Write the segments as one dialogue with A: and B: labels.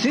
A: す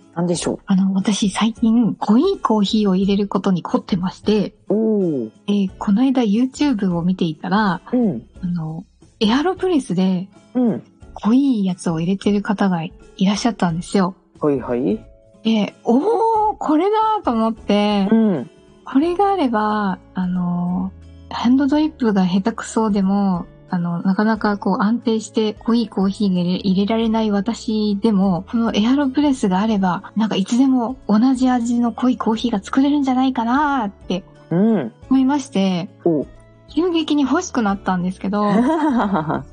B: なんでしょ
C: あの、私最近、濃いコーヒーを入れることに凝ってまして、
B: う。おお。
C: えーこの間 YouTube を見ていたら、
B: うん。
C: あの、エアロプレスで
B: うん。
C: 濃いやつを入れてる方がいらっしゃったんですよ。
B: はいはい。
C: で、おー、これだと思って、
B: ん。
C: これがあれば、あのー、ハンドドリップが下手くそでも、あの、なかなかこう安定して濃いコーヒーが入れ入れられない私でも、このエアロプレスがあれば、なんかいつでも同じ味の濃いコーヒーが作れるんじゃないかなーって
B: うん。
C: 思いまして、
B: おう。
C: 急激に欲しくなったんですけど、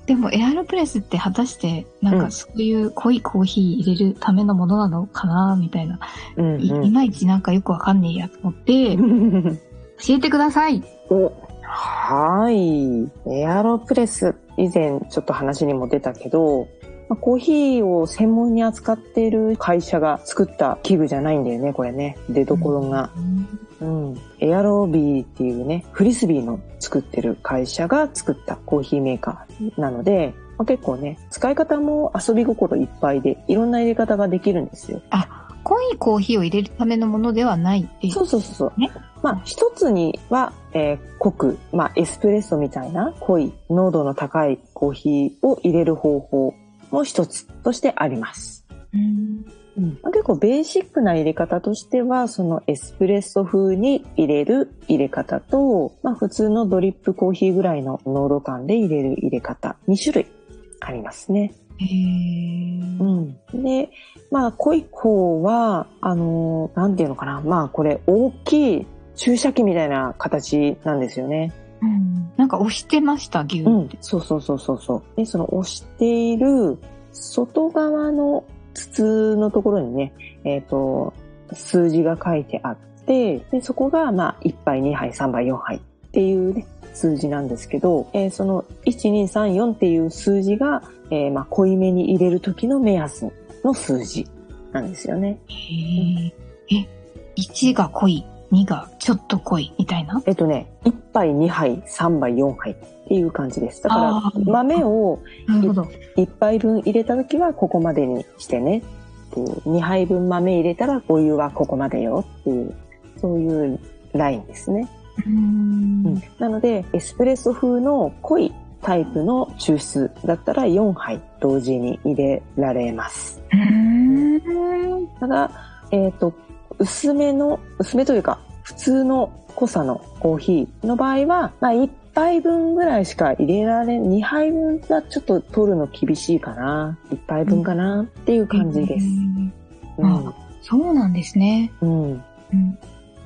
C: でもエアロプレスって果たして、なん
B: う
C: か
B: ん
C: そういう濃いコーヒー入れるためのものなのかなみたいな、
B: うん
C: いいまいちなんかよくわかんねえやと思って、
B: うん。
C: 教えてください
B: お。はい。エアロプレス、以前ちょっと話にも出たけど、まあコーヒーを専門に扱っている会社が作った器具じゃないんだよね、これね。出所が。うん。エアロビーっていうね、フリスビーの作ってる会社が作ったコーヒーメーカーなので、まあ結構ね、使い方も遊び心いっぱいで、いろんな入れ方ができるんですよ。
C: 濃いコーヒーを入れるためのものではないっていう。
B: そうそうそうそう。
C: ね
B: まあ、一つには、えー濃く、まあ、エスプレッソみたいな濃い、濃度の高いコーヒーを入れる方法も一つとしてあります。
C: うん
B: まあ結構ベーシックな入れ方としては、そのエスプレッソ風に入れる入れ方と、まあ普通のドリップコーヒーぐらいの濃度感で入れる入れ方、2種類ありますね。
C: へー
B: うん。で、まあ濃い方は、あのーなんていうのかな。まあこれ大きい注射器みたいな形なんですよね。
C: うんなんか押してました、牛
B: う
C: っ
B: ん
C: て。。
B: そうそうそうそうそう。で、その押している外側の筒のところにね、えっ、と、数字が書いてあって、で、そこが、まあ、1杯、2杯、3杯、4杯っていうね、数字なんですけど、えーその、1、2、3、4っていう数字が、えーまあ、濃いめに入れる時の目安の数字なんですよね。
C: へーえ、1が濃い、2がちょっと濃い、みたいな。
B: えっとね、1杯、2杯、3杯、4杯っていう感じです。だ
C: あ
B: から、
C: ー
B: 豆を、
C: なるほど。
B: 1杯分入れた時はここまでにしてねっていう2杯分豆入れたらお湯はここまでよっていうそういうラインですね、
C: うん
B: うんなのでエスプレッソ風の濃いタイプの抽出だったら4杯同時に入れられます
C: うん
B: ただえっ、と薄めの薄めというか普通の濃さのコーヒーの場合は、まあ、1杯分ぐらいしか入れられん、2杯分はちょっと取るの厳しいかな、1杯分かなっていう感じです。う
C: うん
B: ん。
C: そうなんですね。
B: うん。
C: うん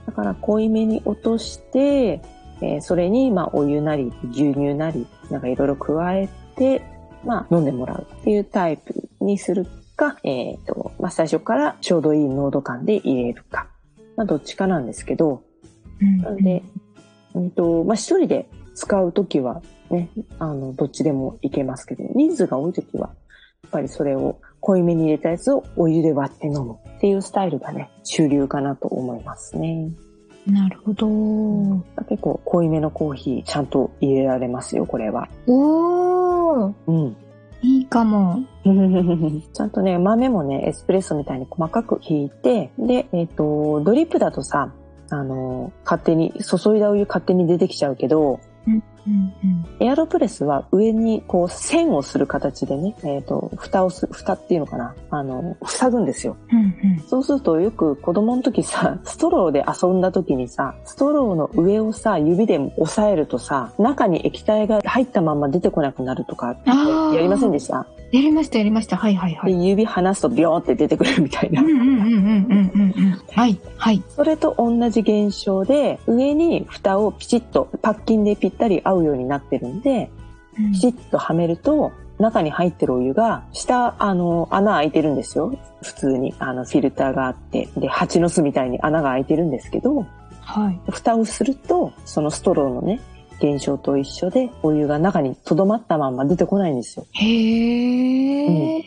B: だから濃いめに落として、えーそれに、まあ、お湯なり、牛乳なり、なんかいろいろ加えて、まあ、飲んでもらうっていうタイプにするか、えっ、と、まあ、最初からちょうどいい濃度感で入れるか。まあ、どっちかなんですけど、
C: うん
B: なんで、うんと、まあ、一人で使うときはね、あの、どっちでもいけますけど、人数が多いときは、やっぱりそれを濃いめに入れたやつをお湯で割って飲むっていうスタイルがね、主流かなと思いますね。
C: なるほど。
B: 結構濃いめのコーヒーちゃんと入れられますよ、これは。
C: おー、
B: うん。
C: いいかも。
B: ちゃんとね、豆もね、エスプレッソみたいに細かくひいて、で、えっ、と、ドリップだとさ、あの、勝手に、注いだお湯勝手に出てきちゃうけど、
C: うんうんうん。
B: エアロプレスは上にこう線をする形でね、えっ、と、蓋をす、蓋っていうのかなあの、塞ぐんですよ。
C: うんうん。
B: そうするとよく子供の時さ、 ストローで遊んだ時にさ、ストローの上をさ、指で押さえるとさ、中に液体が入ったまま出てこなくなるとか、
C: あー
B: やりませんでした
C: やりました、やりました。はいはいは
B: で
C: い。
B: 指離すとビョーンって出てくるみたいな
C: うん。うんうんうんうんうんうん。はい、はい。
B: それと同じ現象で、上に蓋をピチッとパッキンでぴったり合うようになってるんで、
C: うん
B: ピチッとはめると、中に入ってるお湯が、下、あの、穴開いてるんですよ。普通に、あの、フィルターがあって、で、蜂の巣みたいに穴が開いてるんですけど、
C: はい。
B: 蓋をすると、そのストローのね、現象と一緒で、お湯が中に留まったまんま出てこないんですよ。
C: へえ。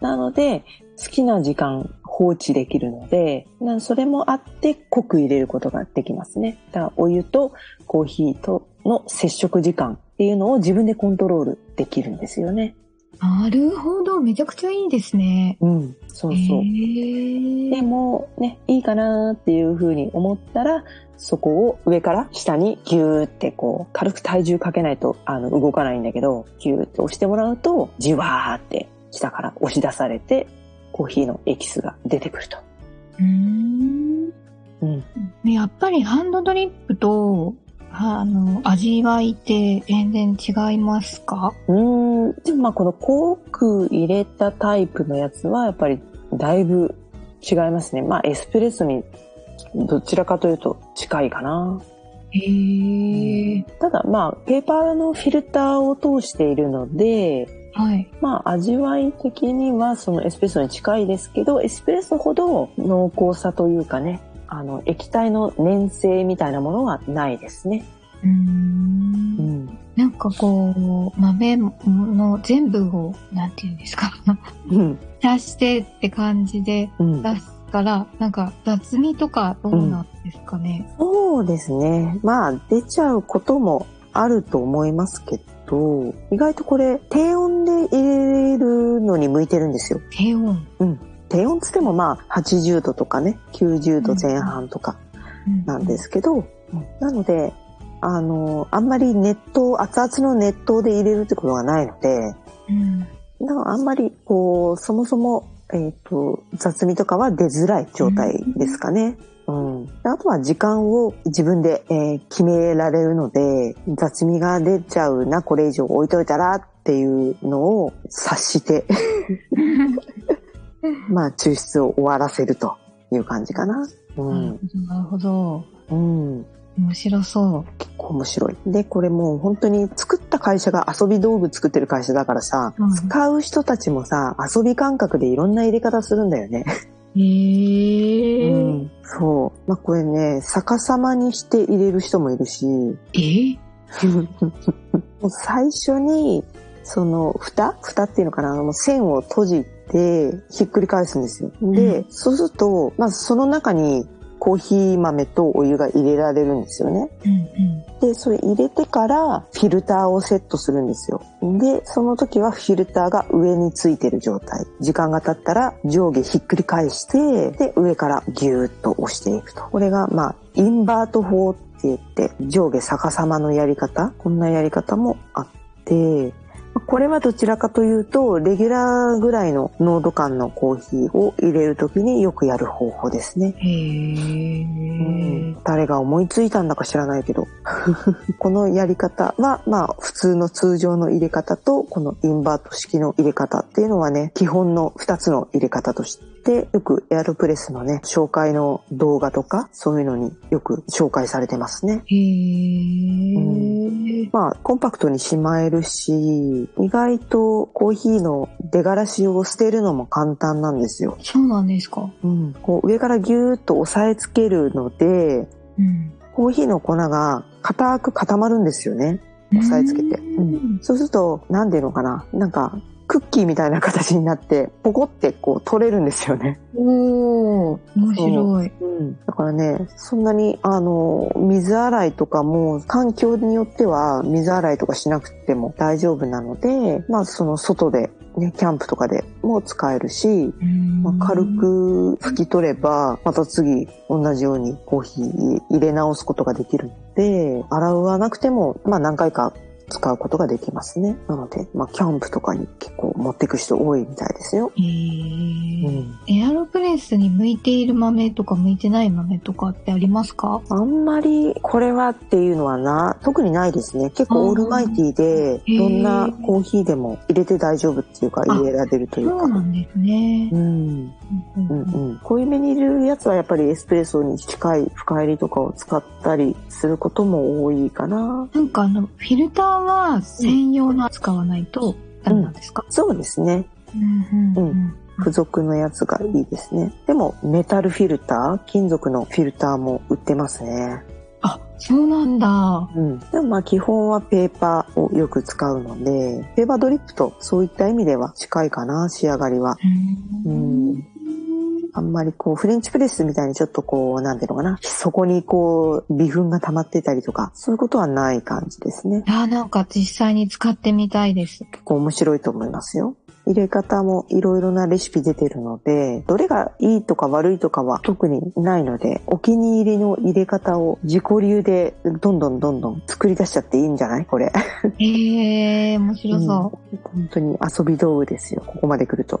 B: なので、好きな時間放置できるので、なそれもあって濃く入れることができますね。だからお湯とコーヒーとの接触時間っていうのを自分でコントロールできるんですよね。
C: なるほど。めちゃくちゃいいですね。
B: うん、そうそう。
C: へ
B: で
C: え。
B: もね、いいかなっていうふうに思ったら、そこを上から下にギューってこう、軽く体重かけないとあの動かないんだけど、ギューって押してもらうと、じわーって下から押し出されて、コーヒーのエキスが出てくると。
C: うーん。
B: うん。
C: ねやっぱりハンドドリップと、あの、味わいって全然違いますか
B: うーん。でもまあこのコーク入れたタイプのやつはやっぱりだいぶ違いますね。まあエスプレッソにどちらかというと近いかな。
C: へえ。
B: ただまあペーパーのフィルターを通しているので、
C: はい。
B: まあ味わい的にはそのエスプレッソに近いですけど、エスプレッソほど濃厚さというかね、あの液体の粘性みたいなものはないですね。
C: うーん
B: うん。
C: なんかこう、豆の全部を、なんていうんですか、
B: うん。
C: 出してって感じで
B: うん。
C: 出すから、なんか雑味とかどうなんですかね。
B: そうですね。まあ、出ちゃうこともあると思いますけど、意外とこれ、低温で入れるのに向いてるんですよ。
C: 低温。
B: 低温つってもまあ、80度とかね、90度前半とか
C: うん
B: なんで。すけど、なので、あの、あんまり熱湯、熱々の熱湯で入れるってことがないので、
C: うん。
B: だからあんまり、こう、そもそも、えっ、と、雑味とかは出づらい状態ですかね。うん。であとは時間を自分で、えー決められるので、雑味が出ちゃうな、これ以上置いといたらっていうのを察して、 まあ、抽出を終わらせるという感じかな。う
C: なる
B: ん
C: ほ。ど、なるほど。
B: うん。
C: 面白そう。
B: 結構面白い。で、これもう本当に作った会社が遊び道具作ってる会社だからさ、
C: うん
B: 使う人たちもさ、遊び感覚でいろんな入れ方するんだよね。
C: へえ。
B: うんそう。まあ、これね、逆さまにして入れる人もい るし、も
C: え
B: う最初に、その、蓋蓋っていうのかなあの、線を閉じて、ひっくり返すんですよ。で、
C: う
B: そうすると、まずその中に、コーヒー豆とお湯が入れられるんですよね。
C: うんうん。
B: で、それ入れてから、フィルターをセットするんですよ。で、その時はフィルターが上についてる状態。時間が経ったら、上下ひっくり返して、で、上からギューッと押していくと。これが、まあ、インバート法って言って、上下逆さまのやり方。こんなやり方もあって、これはどちらかというと、レギュラーぐらいの濃度感のコーヒーを入れる時によくやる方法ですね。
C: へえ。
B: 誰が思いついたんだか知らないけど このやり方はまあ普通の通常の入れ方とこのインバート式の入れ方っていうのはね基本の2つの入れ方としてよくエアロプレスのね紹介の動画とかそういうのによく紹介されてますね
C: へえ。
B: まあコンパクトにしまえるし意外とコーヒーの出がらしを捨てるのも簡単なんですよ、
C: そうなんですか。
B: うん、こう上からギューッと押さえつけるので
C: うん。
B: コーヒーの粉が固く固まるんですよね。押さえつけて。
C: うん。
B: そうすると、なんていうのかな。なんか、クッキーみたいな形になって、ポコってこう取れるんですよね。
C: おー、面白い。
B: だからね、そんなに、あの、水洗いとかも、環境によっては水洗いとかしなくても大丈夫なので、まあその外でね、キャンプとかでも使えるし、まあ軽
C: うん。
B: く拭き取れば、また次同じようにコーヒー入れ直すことができるので、洗わなくても、まあ何回か使うことができますね。なので、まあキャンプとかに結構持っていく人多いみたいですよ。
C: へー
B: うん。
C: エアロプレスに向いている豆とか向いてない豆とかってありますか
B: あんまりこれはっていうのはな、特にないですね。結構オールマイティで、
C: ー
B: どんなコーヒーでも入れて大丈夫っていうか
C: あ
B: 入れられるという
C: そうな
B: か。
C: んですね
B: う。ん。
C: うん
B: う
C: うんうん
B: んうん、濃いめに入れるやつはやっぱりエスプレッソに近い深入りとかを使ったりすることも多いかな。
C: なんかあの、フィルターは専用の使わないとダメなんですか
B: そうですね。
C: うん
B: うん付属のやつがいいですね。でもメタルフィルター、金属のフィルターも売ってますね。
C: あ、そうなんだ。
B: うん。でもまあ基本はペーパーをよく使うので、ペーパードリップとそういった意味では近いかな、仕上がりは。うんあんまりこう、フレンチプレスみたいにちょっとこう、なんていうのかな。そこにこう、微粉が溜まってたりとか、そういうことはない感じですね。
C: あーなんか実際に使ってみたいです。
B: 結構面白いと思いますよ。入れ方もいろいろなレシピ出てるので、どれがいいとか悪いとかは特にないので、お気に入りの入れ方を自己流でどんどんどんどん作り出しちゃっていいんじゃないこれ。
C: へえー、面白そう。
B: うん本当に遊び道具ですよ。ここまで来ると。